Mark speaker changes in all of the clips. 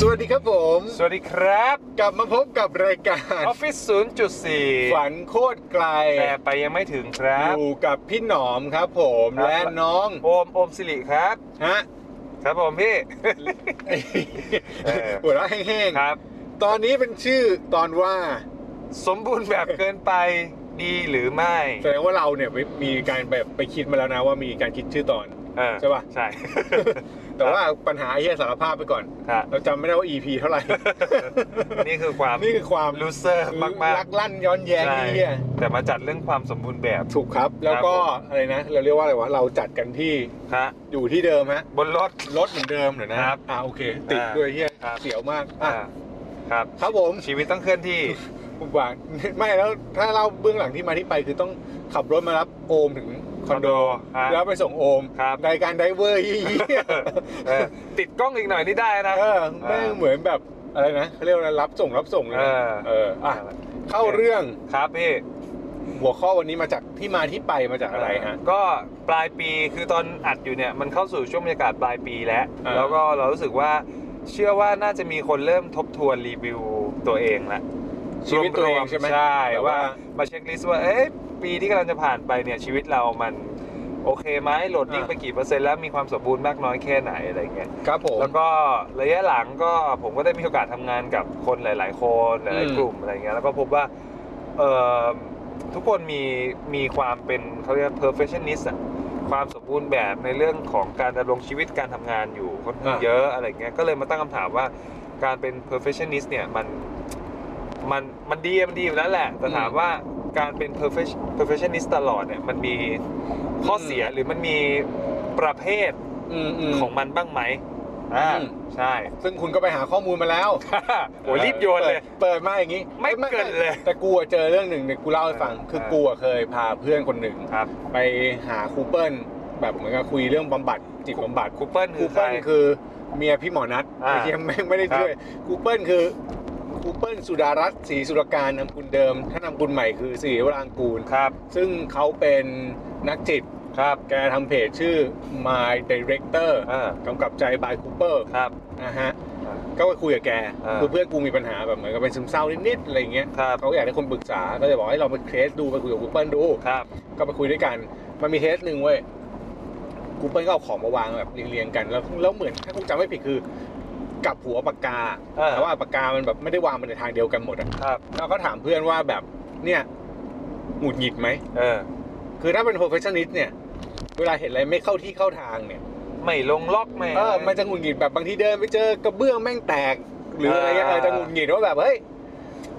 Speaker 1: สวัสดีครับผม
Speaker 2: สวัสดีครับ
Speaker 1: กลับมาพบกับรายการ
Speaker 2: ออฟฟิศ
Speaker 1: ฝั
Speaker 2: 0.4
Speaker 1: นโคตรไกล
Speaker 2: แต่ไปยังไม่ถึงครั
Speaker 1: อบ ยู่กับพี่หนอมครับผม
Speaker 2: ครับ
Speaker 1: และน้อง
Speaker 2: โอมโอมสิริครับ
Speaker 1: ฮะ
Speaker 2: ครับผม พี่ เออ
Speaker 1: หัวเราะแห้ง
Speaker 2: ครับ
Speaker 1: ๆตอนนี้เป็นชื่อตอนว่า
Speaker 2: สมบูรณ์แบบเกินไปดีหรือไม่
Speaker 1: แสดงว่าเราเนี่ยมีการแบบไปคิดมาแล้วนะว่ามีการคิดชื่อตอน
Speaker 2: เออ
Speaker 1: ใช่ ปะ
Speaker 2: ใช่
Speaker 1: แต่ว่าปัญหาไอ้เฮียสารภาพไปก่อน
Speaker 2: ครับ
Speaker 1: เราจำไม่ได้ว่า EP เท่าไหร่
Speaker 2: นี่คือความ
Speaker 1: นี่คือความ
Speaker 2: ลูเซอร์มากมาก
Speaker 1: กลั่นย้อน
Speaker 2: ๆ
Speaker 1: แย้ง
Speaker 2: ใช่
Speaker 1: ไอ้เฮีย
Speaker 2: แต่มาจัดเรื่องความสมบูรณ์แบบ
Speaker 1: ถูกครับ แล้วก็อะไรนะ เราเรียกว่าอะไรวะเราจัดกันที่
Speaker 2: ฮะ
Speaker 1: อยู่ที่เดิมฮะ
Speaker 2: บนรถ
Speaker 1: รถเหมือนเดิมเหรอนะครับ อ่าโอเค ติดด้วยเฮีย
Speaker 2: ครับ
Speaker 1: เสียวมากอ่ะ
Speaker 2: อ่าครับ
Speaker 1: ครับผม
Speaker 2: ชีวิตต้องเคลื่อนที่
Speaker 1: ผมหวัง ไม่แล้วถ้าเล่าเบื้องหลังที่มาที่ไปคือต้องขับรถมารับโอมถึงคอนโด
Speaker 2: คอนโดฮะ
Speaker 1: แล้วไปส่งโอม
Speaker 2: ครับ
Speaker 1: รายการไดเวอร์เฮีย
Speaker 2: เออ ติดกล้องอีกหน่อยนี่ได้นะ
Speaker 1: เออแม่งเหมือนแบบอะไรนะเขาเรียกว่าอะไรรับส่งรับส่งเลยน
Speaker 2: เอ
Speaker 1: ะ
Speaker 2: อ
Speaker 1: เอออ่ะเข้าเรื่อง
Speaker 2: ครับพี่
Speaker 1: หัวข้อวันนี้มาจากที่มาที่ไปมาจากอะไรฮะ
Speaker 2: ก็ปลายปีคือตอนอัดอยู่เนี่ยมันเข้าสู่ช่วงบรรยากาศปลายปีแล้ว
Speaker 1: อ่า
Speaker 2: แล้วก็เรารู้สึกว่าเชื่อว่าน่าจะมีคนเริ่มทบทวนรีวิวตัวเองละ
Speaker 1: ชีวิตตัวเองใช่ไหม
Speaker 2: ใช่
Speaker 1: แบบ
Speaker 2: ว่ามาเช็คลิสต์ว่าเอ๊ะปีที่กำลังจะผ่านไปเนี่ยชีวิตเรามันโอเคไหมโหลดดิ้งไปกี่เปอร์เซ็นต์แล้วมีความสมบูรณ์มากน้อยแค่ไหนอะไรเงี้ย
Speaker 1: ครับผม
Speaker 2: แล้วก็ระยะหลังก็ผมก็ได้มีโอกาสทำงานกับคนหลาย ๆ คนห
Speaker 1: อื
Speaker 2: ลาย
Speaker 1: ม
Speaker 2: ๆกลุ่มอะไรเงี้ยแล้วก็พบว่าเออทุกคนมีมีความเป็นเขาเรียก perfectionist อะความสมบูรณ์แบบในเรื่องของการดำรงชีวิตการทำงานอยู่ค่อนข้างเยอะอะไรเงี้ยก็เลยมาตั้งคำถามว่าการเป็น perfectionist เนี่ยมันมันมันดีอะมันดีอยู่แล้วแหละ แต่ถามว่าการเป็น perfect perfectionist ตลอดเนี่ยมันมีข้อเสียหรือมันมีประเภท
Speaker 1: อืมอืม
Speaker 2: ของมันบ้างไหมอ่า
Speaker 1: อืม
Speaker 2: ใช่
Speaker 1: ซึ่งคุณก็ไปหาข้อมูลมาแล้ว
Speaker 2: โอ้ยรีบโยนเลย
Speaker 1: เปิดมาอย่างนี้
Speaker 2: ไม่เกินเลย
Speaker 1: แต่กูอะเจอเรื่องหนึ่งเนี่ยกูเล่าให้ฟัง
Speaker 2: เออ
Speaker 1: คือกูอะเคยพาเพื่อนคนหนึ่ง
Speaker 2: ครับ
Speaker 1: ไปหาครูเปิลแบบเหมือนกับคุยเรื่องบำบัดจิตบำบัด
Speaker 2: คูเปิล
Speaker 1: ค
Speaker 2: คื
Speaker 1: รู
Speaker 2: อใคร
Speaker 1: เปิลคือเมียพี่หมอนัท
Speaker 2: อ่า
Speaker 1: ไอ้เหี้ยังไม่ไม่ได้
Speaker 2: ครับ
Speaker 1: ช่วยครูเปิลคือครูเปิลสุดารัตน์ศรีสุรการนำกุลเดิม ถ้านำกุลใหม่คือศรีวรางกูล
Speaker 2: ครับ
Speaker 1: ซึ่งเขาเป็นนักจิต
Speaker 2: ครับ
Speaker 1: แกทำเพจชื่อ My Director
Speaker 2: เออก
Speaker 1: ำกับใจบายคูเปอร์
Speaker 2: ครับ
Speaker 1: นะฮะ
Speaker 2: อ่า
Speaker 1: ก็ไปคุยกับแก
Speaker 2: อ่า
Speaker 1: คือเพื่อนกูมีปัญหาแบบเหมือนกับเป็นซึมเศร้านิดๆอะไรอย่างเงี้ย
Speaker 2: ครับ
Speaker 1: เขาอยากให้คนปรึกษาก็เลยบอกให้เราไปเทสดูไปคุยกับกูเปิลดู
Speaker 2: ครับ
Speaker 1: ก็ไปคุยด้วยกัน มันมีเทสหนึ่งเว้ยกูเปิลก็เอาของมาวางแบบเรียงๆกันแล้วแล้วเหมือนถ้ากูจำไม่ผิดคือกลับหัวปากกา
Speaker 2: เออ
Speaker 1: แต่ว่าปากกามันแบบไม่ได้วางมันในทางเดียวกันหมดอะ
Speaker 2: ครับ
Speaker 1: แล้วก็ถามเพื่อนว่าแบบเนี่ยหงุดหงิดไหม
Speaker 2: เออ
Speaker 1: คือถ้าเป็น perfectionist เนี่ย เวลาเห็นอะไรไม่เข้าที่เข้าทางเนี่ย
Speaker 2: ไม่ลงล็อกไม่
Speaker 1: เออ มันจะหงุดหงิดแบบบางทีเดินไปเจอกระเบื้องแม่งแตก หรืออะไรเงี้ยเออจะหงุดหงิดว่าแบบเฮ้ย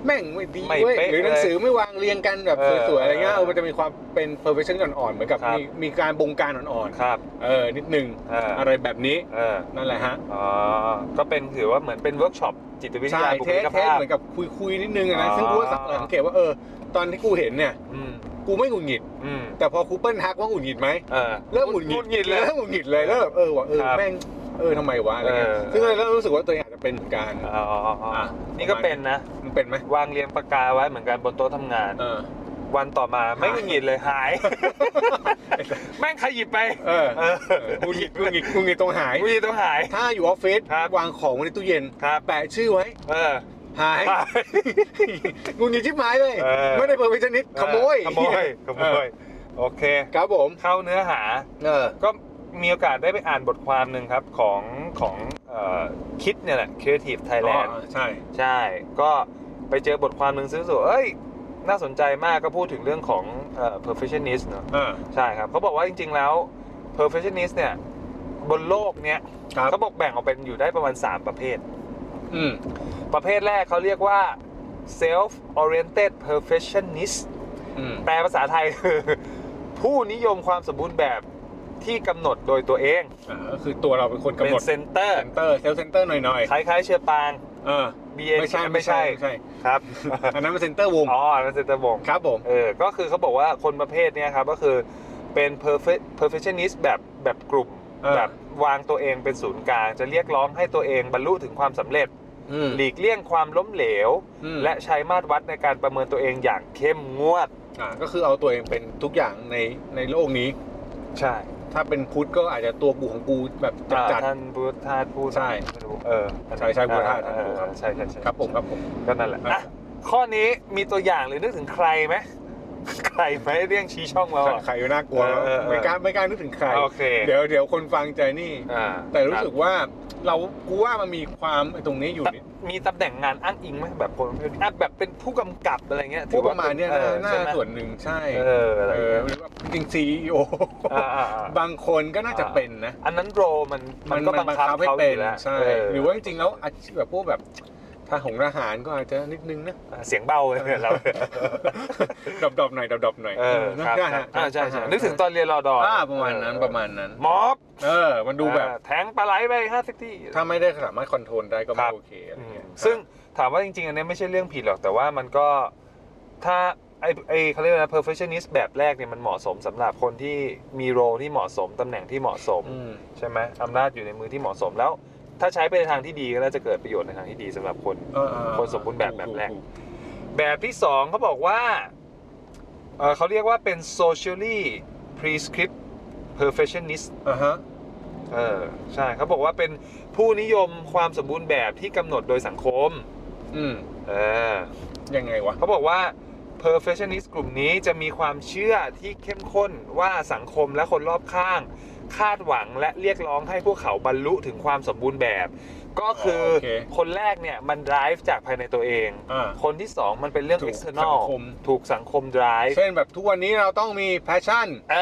Speaker 1: แม่งไม่ดีเว้ยหรือหนังสือไม่วางเรียงกันแบบสวยๆอะไรเงี้ยเออมันจะมีความเป็น perfection อ่อนๆเหมือนกับมีมีการบงการอ่อน
Speaker 2: ครับ
Speaker 1: ๆเออนิดนึง
Speaker 2: เอออ
Speaker 1: อะไรแบบนี้
Speaker 2: เออ
Speaker 1: นั่นแหละฮะ
Speaker 2: อ๋อก็เป็นถือว่าเหมือนเป็นเวิร์กช็อปจิตวิท
Speaker 1: ใช่
Speaker 2: ยาบุ
Speaker 1: เท
Speaker 2: ค
Speaker 1: ส
Speaker 2: ลิก
Speaker 1: เทส
Speaker 2: ภาพ
Speaker 1: เหมือนกับคุยคุยนิดนึงอะนะ
Speaker 2: อ๋อ
Speaker 1: ซึ่งกูก็สังเกตว่าเออตอนที่กูเห็นเนี่ย
Speaker 2: อืม
Speaker 1: กูไม่หงุดหงิด
Speaker 2: อืม
Speaker 1: แต่พอครูเปิ้ลทักว่าหงุดหงิดไหม
Speaker 2: เออ
Speaker 1: เริ่มหงุดหงิด
Speaker 2: หงิดเลย
Speaker 1: เริ่มหงุดหงิดเลยแล้วแบบเออว่ะเออ
Speaker 2: ครับ
Speaker 1: แม่งเออทำไมวะอะไรเงี้ย
Speaker 2: เออ
Speaker 1: ซึ่งเลยเริ่มรู้สึกว่าตัวเองอาจจะเป็นเหมือนกัน
Speaker 2: อ๋ออ๋ออ๋อนี่ก็เป็นนะ
Speaker 1: มึงเป็นไหม
Speaker 2: วางเรียงปากกาไว้เหมือนกันบนโต๊ะทำงาน
Speaker 1: เออ
Speaker 2: วันต่อมาไม่หงุดหงิดเลยหาย แม่งขยิบไป
Speaker 1: เออ
Speaker 2: เออ
Speaker 1: กูหงิดกูหงิดกูหงิดตรงหาย
Speaker 2: หงุดหงิดต้องหาย
Speaker 1: ถ้าอยู่ออฟฟิศ
Speaker 2: ครับ
Speaker 1: วางของไว้ในตู้เย็น
Speaker 2: ครับ
Speaker 1: แปะชื่อไว้
Speaker 2: เออ
Speaker 1: หายกูหงิดชิบหายเลย
Speaker 2: เออ
Speaker 1: ไม่ได้เปิดวิชนิดขโมย
Speaker 2: ขโมยขโมยโอเค
Speaker 1: ครับผม
Speaker 2: เข้าเนื้อหา
Speaker 1: เออ
Speaker 2: ก็มีโอกาสได้ไปอ่านบทความหนึ่งครับ ของของคิดเนี่ยแหละ Creative
Speaker 1: อ๋
Speaker 2: Thailand
Speaker 1: อใช่
Speaker 2: ใช่ ก็ไปเจอบทความหนึ่งซึ่งรู้สึกว่าเอ้ย น่าสนใจมากก็พูดถึงเรื่องของเอ่อ perfectionist เนอะ
Speaker 1: เออ
Speaker 2: ใช่ครับเขาบอกว่าจริง ๆ แล้ว perfectionist เนี่ย บนโลกเนี้ย
Speaker 1: ครับ
Speaker 2: เขาบอกแบ่งออกเป็นอยู่ได้ประมาณ 3 ประเภท
Speaker 1: อืม
Speaker 2: ประเภทแรกเขาเรียกว่า self oriented perfectionist
Speaker 1: อืม
Speaker 2: แปลภาษาไทย คือ ผู้นิยมความสมบูรณ์แบบที่กำหนดโดยตัวเอง
Speaker 1: อ่าก็คือตัวเราเป็นคน
Speaker 2: เป็
Speaker 1: กำ
Speaker 2: น
Speaker 1: หนดเซ
Speaker 2: เซนเตอร์
Speaker 1: นเตอร์เซลเซนเตอร์หน่อย
Speaker 2: คล้ายๆเชือปาง
Speaker 1: เออ
Speaker 2: B A
Speaker 1: ไม่ใช่ไม่ใช่ไม่ใช่
Speaker 2: ครับ
Speaker 1: อันนั้นเป็นเซ็นเตอร์วง
Speaker 2: อ๋อนั่นเซนเตอร์วง
Speaker 1: ครับผม
Speaker 2: เออก็คือเขาบอกว่าคนประเภทเนี้ยครับก็คือเป็น perfect perfectionist แบบแบบกลุ่ม
Speaker 1: เออ
Speaker 2: แบบวางตัวเองเป็นศูนย์กลาง จะเรียกร้องให้ตัวเองบรรลุถึงความสำเร็จ
Speaker 1: อืม
Speaker 2: หลีกเลี่ยงความล้มเหลว
Speaker 1: อืม
Speaker 2: และใช้มาตรวัดในการประเมินตัวเองอย่างเข้มงวด
Speaker 1: อ่าก็คือเอาตัวเองเป็นทุกอย่างในในโลกนี้
Speaker 2: ใช่
Speaker 1: ถ้าเป็นพุทธก็อาจจะตัวกูของกูแบบจัดจัด
Speaker 2: ท่านพุทธาสผู้
Speaker 1: ใช่
Speaker 2: ไม่รู้เออ
Speaker 1: ใช่ใช่พุทธทาส
Speaker 2: เออ
Speaker 1: ครับ
Speaker 2: ใช่ใช่ใช่
Speaker 1: ครับผมครับผม
Speaker 2: ก็นั่นแหละ
Speaker 1: อ่ะ
Speaker 2: อ่ะข้อนี้มีตัวอย่างหรือนึกถึงใครไหม ใครไหมเรื่องชี้ช่องเราอ่ะ
Speaker 1: ใครก็น่ากลัว
Speaker 2: เออเออเออ
Speaker 1: ไม่กล้าไม่กล้านึกถึงใคร
Speaker 2: โอเค
Speaker 1: เดี๋ยวเดี๋ยวคนฟังใจนี่
Speaker 2: อ่า
Speaker 1: แต่รู้สึกว่าเรากูว่ามันมีความไอ้ตรงนี้อยู่นิด
Speaker 2: มีตำแหน่งงานอ้างอิงไหมแบบคนอ่ะแบบเป็นผู้กำกับอะไรเงี้ย
Speaker 1: พวกประมาณเนี้ย
Speaker 2: ออ
Speaker 1: น่า
Speaker 2: ใช่ไหม
Speaker 1: น่าส่วนหนึ่งใช่
Speaker 2: เอออะไร
Speaker 1: เออหรือว่าจริงซีโอ
Speaker 2: อ่าๆๆ
Speaker 1: บางคนก็น่าจะเป็นนะ
Speaker 2: อันนั้นโรมันมันก็บังคับ
Speaker 1: ให้
Speaker 2: เขาอ
Speaker 1: เป็น
Speaker 2: ยู่แล้ว
Speaker 1: ใช่
Speaker 2: เห
Speaker 1: รือว่าจริงๆแล้วอาชีพแบบพวกแบบทหารทหารก็อาจจะนิดนึงนะ
Speaker 2: เสียงเบาเลยเนี่ยเรา
Speaker 1: ดอบดอบๆหน่อยดอบดอบๆหน่อย
Speaker 2: เออครับ
Speaker 1: นะฮะ
Speaker 2: อ่าใช่ใช่นึกถึงตอนเรียนรอดอ
Speaker 1: อ่าประมาณนั้นประมาณนั้น
Speaker 2: ม็อบ
Speaker 1: เออ มันดูแบบ
Speaker 2: เออแทงปลาไหลไปห้าสิบที่
Speaker 1: ถ้าไม่ได้สามารถคอนโทรลได้ก็
Speaker 2: ค
Speaker 1: ไม่
Speaker 2: รับ
Speaker 1: โอเคอะไร
Speaker 2: อืม
Speaker 1: เงี้ย
Speaker 2: ซึ่งถามว่าจริงๆ อันเนี้ยไม่ใช่เรื่องผิดหรอก แต่ว่ามันก็ถ้าไอไอเขาเรียกว่าอะไร perfectionist แบบแรกเนี่ยมันเหมาะสมสำหรับคนที่มีโรที่เหมาะสมตำแหน่งที่เหมาะสม
Speaker 1: อืม
Speaker 2: ใช่ไหมอำนาจอยู่ในมือที่เหมาะสมแล้ว ถ้าใช้ไปในทางที่ดีก็น่าจะเกิดประโยชน์ในทางที่ดีสำหรับคน
Speaker 1: เออเออ
Speaker 2: คนสมบูรณ์แบบแบบแรก
Speaker 1: ถูก
Speaker 2: แบบที่สองเขาบอกว่าเอ่อเขาเรียกว่าเป็น socially prescript perfectionist
Speaker 1: ๆอ่าฮะ
Speaker 2: เออใช่เขาบอกว่าเป็นผู้นิยมความสมบูรณ์แบบที่กำหนดโดยสังคม
Speaker 1: อืม
Speaker 2: เออ
Speaker 1: ยังไงวะ
Speaker 2: เขาบอกว่า perfectionist กลุ่มนี้จะมีความเชื่อที่เข้มข้นว่าสังคมและคนรอบข้าง คาดหวังและเรียกร้องให้พวกเขาบรรลุถึงความสมบูรณ์แบบ ก็คืออคนแรกเนี่ยมัน drive จากภายในตัวเอง
Speaker 1: อ่า
Speaker 2: คนที่สองมันเป็นเรื่อง
Speaker 1: ถูก
Speaker 2: external
Speaker 1: สังคม
Speaker 2: ถูกสังคม drive
Speaker 1: เช่นแบบทุกวันนี้เราต้องมีแพชชั่น
Speaker 2: เอ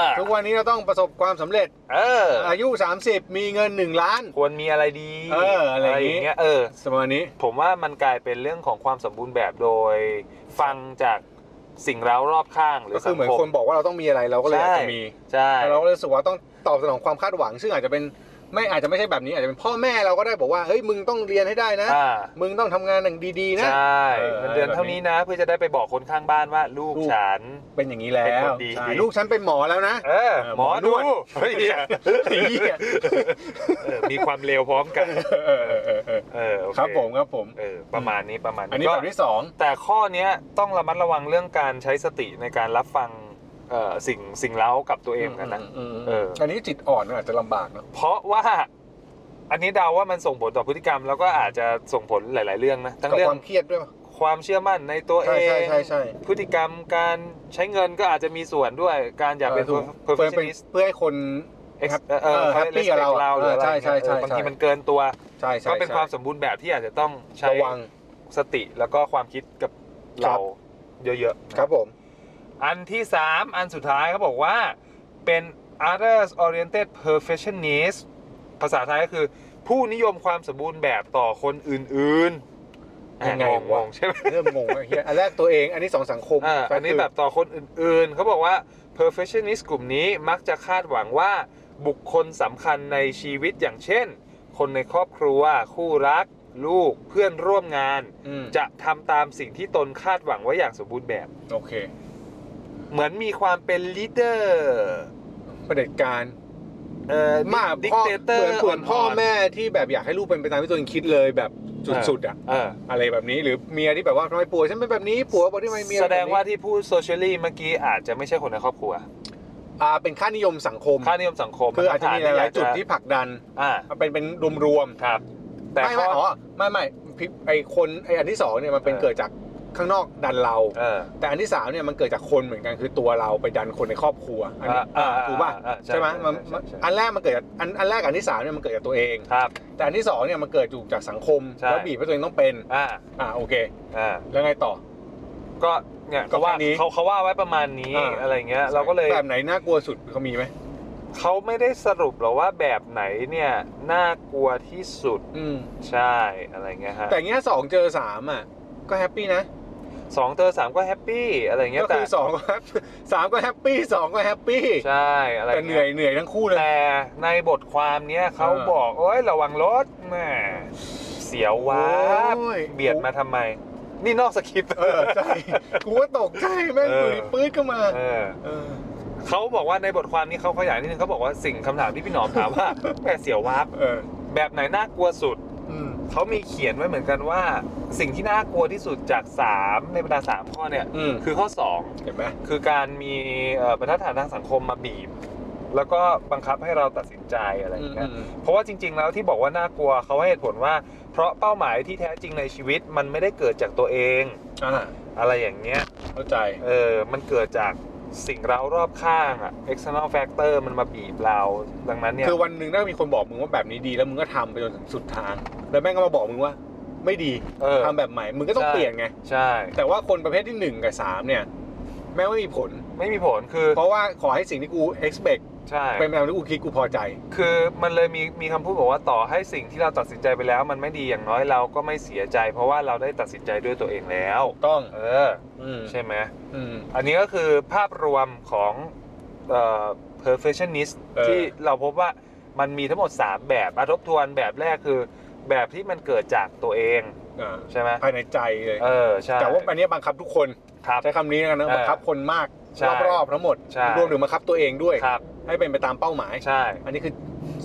Speaker 2: อ
Speaker 1: ทุกวันนี้เราต้องประสบความสำเร็จ
Speaker 2: เออ
Speaker 1: อายุ 30 มีเงิน 1 ล้าน
Speaker 2: ควรมีอะไรดี
Speaker 1: เอออะไรอย่างงี้
Speaker 2: เงี้ยเออ
Speaker 1: สมัยนี้
Speaker 2: ผมว่ามันกลายเป็นเรื่องของความสมบูรณ์แบบโดยฟังจากสิ่งเร้ารอบข้างหรื
Speaker 1: ก็
Speaker 2: อ
Speaker 1: คื
Speaker 2: สั
Speaker 1: อง เหมือน
Speaker 2: คม
Speaker 1: คนบอกว่าเราต้องมีอะไรเราก็เลยอยากจะมี
Speaker 2: ใช่
Speaker 1: แต่เราก็เลยรู้สึกว่าต้องตอบสนองความคาดหวัง ซึ่งอาจจะเป็นไม่อาจจะไม่ใช่แบบนี้อาจจะเป็นพ่อแม่เราก็ได้บอกว่าเฮ้ยมึงต้องเรียนให้ได้นะ
Speaker 2: อ่า
Speaker 1: มึงต้องทำงานอย่างดีๆนะ
Speaker 2: ใช่
Speaker 1: เออ
Speaker 2: เงินเดือนเท่านี้นะ เพื่อจะได้ไปบอกคนข้างบ้านว่าลูกฉัน
Speaker 1: เป็นอย่างนี้แล้
Speaker 2: เป็น
Speaker 1: ว
Speaker 2: คนดี
Speaker 1: ใช่
Speaker 2: ดี
Speaker 1: ลูกฉันเป็นหมอแล้วนะ
Speaker 2: เออ
Speaker 1: เออ
Speaker 2: หมอดู
Speaker 1: หมอนวด
Speaker 2: เฮ้ย
Speaker 1: ไอ้เหี้ย
Speaker 2: เออมีความเลวพร้อมกัน
Speaker 1: เออเออเออเออ
Speaker 2: เออโอเ
Speaker 1: ครับผมครับผม
Speaker 2: เออประมาณนี้ประมาณ
Speaker 1: อันนี้
Speaker 2: ก็
Speaker 1: แบบที่สอง
Speaker 2: แต่ข้อเนี้ยต้องระมัดระวังเรื่องการใช้สติในการรับฟังเอ่อสิ่งสิ่งเล้ากับตัวเองกันนะ เอออั
Speaker 1: อันนี้จิตอ่อนมันอาจจะลำบากเนอะ
Speaker 2: เพราะว่าอันนี้เดาว่ามันส่งผลต่อพฤติกรรม แล้วก็อาจจะส่งผลหลาย ๆ เรื่องนะทั้ง
Speaker 1: กับ
Speaker 2: เรื่อ
Speaker 1: ค
Speaker 2: ง
Speaker 1: วามเครียดด้วยปะ
Speaker 2: ความเชื่อมั่นในตัวเอ
Speaker 1: ใช่ใช่
Speaker 2: ง
Speaker 1: ใช่ใช่
Speaker 2: พฤติกรรมการใช้เงินก็อาจจะมีส่วนด้วยการอยากเป็น
Speaker 1: ถูกเพื่อเป็น
Speaker 2: perfectionist
Speaker 1: เพื่อให้คน
Speaker 2: ex- เออเอ
Speaker 1: เออ
Speaker 2: อ
Speaker 1: happy กับเราอะ
Speaker 2: หรืออะไร
Speaker 1: ใช่ใช่
Speaker 2: เงี้ย
Speaker 1: ใช่
Speaker 2: เออบางที
Speaker 1: ใช่
Speaker 2: มันเกินตัว
Speaker 1: ใช่ใช่
Speaker 2: ก็เป็น
Speaker 1: ใช่
Speaker 2: ความสมบูรณ์แบบที่อาจจะต้องใช้
Speaker 1: ระวัง
Speaker 2: สติแล้วก็ความคิดกับเรา
Speaker 1: ครั
Speaker 2: เยอะ ๆ
Speaker 1: ครับผม
Speaker 2: อันที่ 3 อันสุดท้ายเขาบอกว่าเป็น others oriented perfectionist ภาษาไทยก็คือ ผู้นิยมความสมบูรณ์แบบต่อคนอื่นๆ
Speaker 1: ยังไง
Speaker 2: อ่ะ
Speaker 1: วะ
Speaker 2: งงๆใช่ไหม
Speaker 1: เริ่มงงแล้วเฮียอันแรกตัวเอง อันนี้สองสังคม
Speaker 2: อ่ะอันนี้แบบต่อคนอื่นๆ เขาบอกว่า perfectionist กลุ่มนี้มักจะคาดหวังว่าบุคคลสำคัญในชีวิตอย่างเช่น คนในครอบครัว คู่รัก ลูกเพื่อนร่วมงาน
Speaker 1: อืม
Speaker 2: จะทำตามสิ่งที่ตนคาดหวังไว้อย่างสมบูรณ์แบบ
Speaker 1: โอเค
Speaker 2: เหมือนมีความเป็นลีดเดอร์
Speaker 1: ประเผด็จการ
Speaker 2: เอ่อ
Speaker 1: มาก
Speaker 2: ดิก
Speaker 1: พ่อ
Speaker 2: เตเตอ
Speaker 1: เห
Speaker 2: ร์
Speaker 1: มือนเหมือนพ่อแม่ที่แบบอยากให้ลูกเป็นไปตามที่ตัวเองคิดเลยแบบสุดๆอ่ะ
Speaker 2: เออ
Speaker 1: อะไรแบบนี้หรือเมียที่แบบว่าทำไมผัวฉันเป็นแบบนี้ผัวบอกที่ทำไมเมีย
Speaker 2: แส
Speaker 1: เป็นบบ
Speaker 2: ดง
Speaker 1: นี้
Speaker 2: ว่าที่พูดโซเชียลี่เมื่อกี้อาจจะไม่ใช่คนในครอบครัว
Speaker 1: อ่าเป็นค่านิยมสังคม
Speaker 2: ค่านิยมสังคม
Speaker 1: คืออาจจะมีหลายๆจุดที่ผลักดัน
Speaker 2: อ่า
Speaker 1: เป็นเป็นรวมๆ
Speaker 2: ครับ แต่
Speaker 1: ไม่
Speaker 2: ข้
Speaker 1: ไม่
Speaker 2: อ
Speaker 1: อ๋อไม่ไม่พิไอคนไออันที่สองเนี่ยมันเป็น
Speaker 2: เออ
Speaker 1: เกิดจากข้างนอกดันเรา
Speaker 2: เออ
Speaker 1: แต่อันที่สามเนี่ยมันเกิดจากคนเหมือนกันคือตัวเราไปดันคนในครอบครัวอันนี้
Speaker 2: อ่า
Speaker 1: ถูกป่ะ
Speaker 2: อ่า
Speaker 1: ใช่ไหมมันมัน
Speaker 2: ใช่
Speaker 1: อันแรกมันเกิดจากอันอันแรกกับอันที่สามเนี่ยมันเกิดจากตัวเอง
Speaker 2: ครับ
Speaker 1: แต่อันที่สองเนี่ยมันเกิดอยู่จากสังคม
Speaker 2: ใช่
Speaker 1: แล้วบีบให้ตัวเองต้องเป็น
Speaker 2: อ่า
Speaker 1: อ่าโอเค
Speaker 2: อ่า
Speaker 1: แล้วไงต่อ
Speaker 2: ก็เนี่ย
Speaker 1: ก็
Speaker 2: เขาว่า
Speaker 1: แค่นี้
Speaker 2: เขาเขาว่าไว้ประมาณนี้
Speaker 1: อ่า
Speaker 2: อะไรเงี้ยเราก็เลย
Speaker 1: แบบไหนน่ากลัวสุดเขามีไหม
Speaker 2: เขาไม่ได้สรุปหรอกว่าแบบไหนเนี่ยน่ากลัวที่สุด
Speaker 1: อืม
Speaker 2: ใช่อะไรเงี้ยฮะ
Speaker 1: แต่เงี้ยสองเจอสามอ่ะก็แฮปปี้นะ
Speaker 2: สองเจอสามก็แฮปปี้อะไรเงี้ย
Speaker 1: ก็
Speaker 2: แต่
Speaker 1: คือสองก็แฮปสามก็แฮปปี้สองก็แฮปปี้
Speaker 2: ใช่อะไร
Speaker 1: แต่
Speaker 2: งี้
Speaker 1: เหนื่อยเหนื่อยทั้งคู่เลย
Speaker 2: แต่ในบทความเนี้ยเขา
Speaker 1: เออ
Speaker 2: บอกโอ้ยระวังรถแหม เสียวว้าบ
Speaker 1: โอ้ย
Speaker 2: เบียดมาทำไม นี่นอกสคริปต์
Speaker 1: เออใช่กูว่าตกใจแม่งอยู่ดีปื๊ดก็มา
Speaker 2: เออ
Speaker 1: เออ
Speaker 2: เขาบอกว่าในบทความนี้เขาขยายนิดนึงเขาบอกว่าสิ่งคำถามที่พี่หนอมถามว่า แม่เสียววาบ
Speaker 1: เออ
Speaker 2: แบบไหนน่ากลัวสุด
Speaker 1: อืม
Speaker 2: เขามีเขียนไว้เหมือนกันว่า สิ่งที่น่ากลัวที่สุดจาก 3 ในบรรดา 3 ข้อเนี่ย
Speaker 1: อืม
Speaker 2: คือข้อ
Speaker 1: เห็นไหม
Speaker 2: 2 คือการมีเอ่อบรรทัดฐานทางสังคมมาบีบ แล้วก็บังคับให้เราตัดสินใจอะไรอย่างเงี้ย
Speaker 1: อืม
Speaker 2: เพราะว่าจริง ๆ แล้วที่บอกว่าน่ากลัวเขาให้เหตุผลว่า เพราะเป้าหมายที่แท้จริงในชีวิตมันไม่ได้เกิดจากตัวเอง
Speaker 1: อ่า
Speaker 2: อะไรอย่างเงี้ย
Speaker 1: เข้าใจ
Speaker 2: เออ มันเกิดจากสิ่งเรารอบข้างอะ external factor มันมาบีบเรา ดังนั้นเนี่ย
Speaker 1: คือวันหนึ่งถ้ามีคนบอกมึงว่าแบบนี้ดีแล้วมึงก็ทำไปจนถึงสุดทาง แล้วแม่งก็มาบอกมึงว่า ไม่ดี
Speaker 2: เออ
Speaker 1: ทำแบบใหม่ มึงก็ต้อง
Speaker 2: ใช่
Speaker 1: เปลี่ยนไง
Speaker 2: ใช่
Speaker 1: แต่ว่าคนประเภทที่หนึ่งกับสามเนี่ย แม่งไม่มีผล
Speaker 2: ไม่มีผล คือ
Speaker 1: เพราะว่าขอให้สิ่งที่กู expect
Speaker 2: ใช่
Speaker 1: เป็นไปตามที่กูคิดกูพอใจ
Speaker 2: คือมันเลยมีมีคำพูดบอกว่าต่อให้สิ่งที่เราตัดสินใจไปแล้ว มันไม่ดีอย่างน้อยเราก็ไม่เสียใจ เพราะว่าเราได้ตัดสินใจด้วยตัวเองแล้ว
Speaker 1: ต้อง
Speaker 2: เออ
Speaker 1: อืม
Speaker 2: ใช่ไหม
Speaker 1: อืม
Speaker 2: อันนี้ก็คือภาพรวมของเอ่อ perfectionist
Speaker 1: เออ
Speaker 2: ที่เราพบว่ามันมีทั้งหมด 3 แบบอะทบทวนแบบแรกคือ แบบที่มันเกิดจากตัวเอง
Speaker 1: อ่า
Speaker 2: ใช่ไหม
Speaker 1: ภายในใจเลย
Speaker 2: เออใช่
Speaker 1: แต่ว่าอันเนี้ยบังคับทุกคน
Speaker 2: ครับ
Speaker 1: ใช้คำนี้แล้วกันนะ
Speaker 2: เออ
Speaker 1: บังคับคนมาก
Speaker 2: ใช่
Speaker 1: รอบๆทั้งหมด
Speaker 2: ใช่
Speaker 1: รวมถึงบังคับตัวเองด้วย
Speaker 2: ครับ
Speaker 1: ให้เป็นไปตามเป้าหมาย
Speaker 2: ใช่
Speaker 1: อันนี้คือ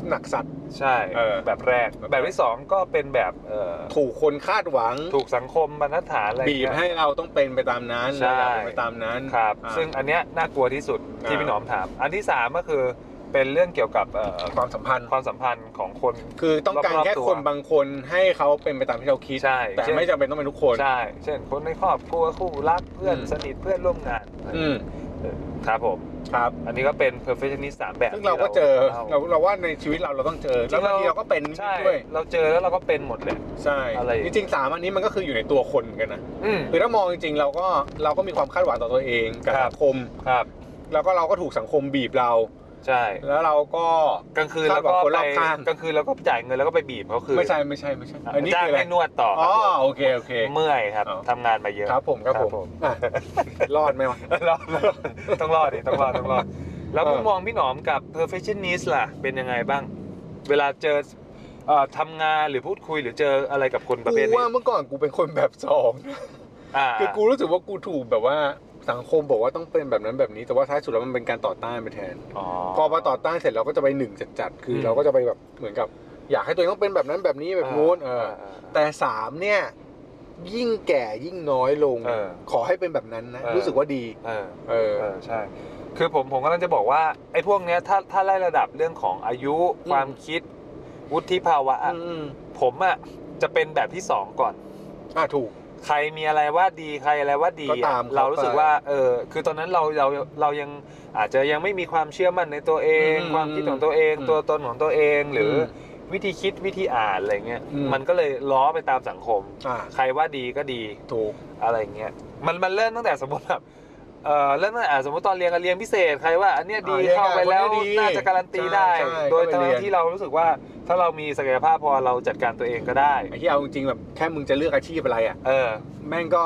Speaker 1: หนักสัตว์
Speaker 2: ใช่
Speaker 1: เออ
Speaker 2: แบบแรก แบบที่สองก็เป็นแบบเอ่อ
Speaker 1: ถูกคนคาดหวัง
Speaker 2: ถูกสังคมบรรทัดฐานอะไร
Speaker 1: บีบ
Speaker 2: เงี้ย
Speaker 1: ให้เราต้องเป็นไปตามนั้น
Speaker 2: ใช่
Speaker 1: เราอยากเป็นไปตามนั้น
Speaker 2: ครับ
Speaker 1: อ่า
Speaker 2: ซึ่งอันเนี้ยน่ากลัวที่สุดที่
Speaker 1: อ่า
Speaker 2: พี่หนอมถาม อันที่สามก็คือเป็นเรื่องเกี่ยวกับเอ่อ
Speaker 1: ความสัมพันธ์
Speaker 2: ความสัมพันธ์ของคน
Speaker 1: คือต้องการแค่
Speaker 2: รอบๆตัว
Speaker 1: คนบางคนให้เขาเป็นไปตามที่เราคิด
Speaker 2: ใช่
Speaker 1: แต่
Speaker 2: เช่น
Speaker 1: ไม่จำเป็นต้องเป็นทุกคน
Speaker 2: ใช่ เช่น คนในครอบครัวคู่รักเพื่อน
Speaker 1: อืม
Speaker 2: สนิทเพื่อนร่วมงาน
Speaker 1: อืม
Speaker 2: เออครับผม
Speaker 1: ครับ
Speaker 2: อันนี้ก็เป็น perfectionist สามแบบ
Speaker 1: ซึ่งเราก็เจอ
Speaker 2: ที่
Speaker 1: เราเราว่าในชีวิตเราเราต้องเจอ แล้วบางทีเราก็เป็น
Speaker 2: ใช่
Speaker 1: ด้วย
Speaker 2: เราเจอแล้วเราก็เป็นหมดเลย
Speaker 1: ใช่
Speaker 2: อะไร
Speaker 1: จริงๆสามอันนี้มันก็คืออยู่ในตัวคนเหมือนกันนะ
Speaker 2: อืม
Speaker 1: คือถ้ามองจริงๆเราก็เราก็มีความคาดหวังต่อตัวเองกับ
Speaker 2: ครับ
Speaker 1: สังคม
Speaker 2: ครับ
Speaker 1: แล้วก็เราก็ถูกสังคมบีบเรา
Speaker 2: ใช่
Speaker 1: แล้วเราก็
Speaker 2: กลางคืน
Speaker 1: คา
Speaker 2: แล้
Speaker 1: ด
Speaker 2: ว
Speaker 1: หวัง
Speaker 2: ก็
Speaker 1: คน
Speaker 2: ไป
Speaker 1: รอบข้าง
Speaker 2: กลางคืนแล้วก็จ่ายเงินแล้วก็ไปบีบเขาคือ
Speaker 1: ไม่ใช่ไม่ใช่ไม่ใช่
Speaker 2: อ่ะ
Speaker 1: อันนี้
Speaker 2: จ้าง
Speaker 1: คืออะไร
Speaker 2: ให้นวดต่อ
Speaker 1: อ๋อ
Speaker 2: ครับ
Speaker 1: โอเคโอเค
Speaker 2: ผมเมื่อยครับ
Speaker 1: อ๋อ
Speaker 2: ทำงานมาเยอะ
Speaker 1: ครับผมครับ
Speaker 2: ครับ
Speaker 1: ผ
Speaker 2: ผม
Speaker 1: มอ่ะรอดไหมวะ
Speaker 2: รอดรอดต้องรอดดิต้องรอดต้องรอดแล้ว
Speaker 1: เออ
Speaker 2: มุมมองพี่หนอมกับ perfectionist ล่ะ เป็นยังไงบ้าง เวลาเจอเอ่อทำงานหรือพูดคุยหรือเจออะไรกับคนประเภท
Speaker 1: กู
Speaker 2: นี้
Speaker 1: ว่าเมื่อก่อนกูเป็นคนแบบสอง
Speaker 2: อ่า
Speaker 1: คือกูรู้สึกว่ากูถูกแบบว่าสังคมบอกว่าต้องเป็นแบบนั้นแบบนี้แต่ว่าท้ายสุดแล้วมันเป็นการต่อต้านไปแทน พอมาต่อต้านเสร็จเราก็จะไปหนึ่งจัดจัดๆคืออ
Speaker 2: ม
Speaker 1: เราก็จะไปแบบเหมือนกับ อยากให้ตัวเองต้องเป็นแบบนั้นแบบนี้แบบนู้นเออ
Speaker 2: แต่
Speaker 1: แต่สามเนี่ย ยิ่งแก่ยิ่งน้อยลง
Speaker 2: เออ
Speaker 1: ขอให้เป็นแบบนั้นนะ
Speaker 2: เออ
Speaker 1: รู้สึกว่าดี
Speaker 2: เออ
Speaker 1: เออ
Speaker 2: เออใช่ คือผมผมกำลังจะบอกว่าไอ้พวกเนี้ยถ้าถ้าไล่ระดับเรื่องของอายุ
Speaker 1: อืม
Speaker 2: ความคิด วุฒิภาวะอะ
Speaker 1: อืม
Speaker 2: ผมอ่ะจะเป็นแบบที่สองก่อน
Speaker 1: อ่ะถูก
Speaker 2: ใครมีอะไรว่าดีใครอะไรว่าดี
Speaker 1: ก็
Speaker 2: อะ
Speaker 1: ตามเขา
Speaker 2: เรารู้สึกว่าเออคือตอนนั้นเราเราเรายังอาจจะยังไม่มีความเชื่อมั่นในตัวเอง
Speaker 1: อืม
Speaker 2: ความคิดของตัวเอง
Speaker 1: อืม
Speaker 2: ตัวตนของตัวเอง หรืออ
Speaker 1: ม
Speaker 2: วิธีคิดวิธีอ่านอะไรเงี้ย
Speaker 1: อืม
Speaker 2: มันก็เลยล้อไปตามสังคม
Speaker 1: อ่ะ
Speaker 2: ใครว่าดีก็ดี
Speaker 1: ถูก
Speaker 2: อะไรเงี้ยมันมันเริ่มตั้งแต่สมมติแบบเออเริ่มตั้งแต่อ่ะสมมติตอนเรียนก็เรียนพิเศษใครว่าอันเนี้ยดี
Speaker 1: อ่าเรียน
Speaker 2: เข้าไปแล้ว
Speaker 1: คนเนี้ยดี
Speaker 2: น่าจะการันตีได้
Speaker 1: ใช่ใช่
Speaker 2: โดย
Speaker 1: ก็
Speaker 2: ทั้
Speaker 1: ไปเรียน
Speaker 2: งที่เรารู้สึกว่าถ้าเรามีศักยภาพพอเราจัดการตัวเองก็ได้
Speaker 1: ไอ้ที่เอาจริงๆแบบแค่มึงจะเลือกอาชีพอะไรอ่ะ
Speaker 2: เออ
Speaker 1: แม่งก็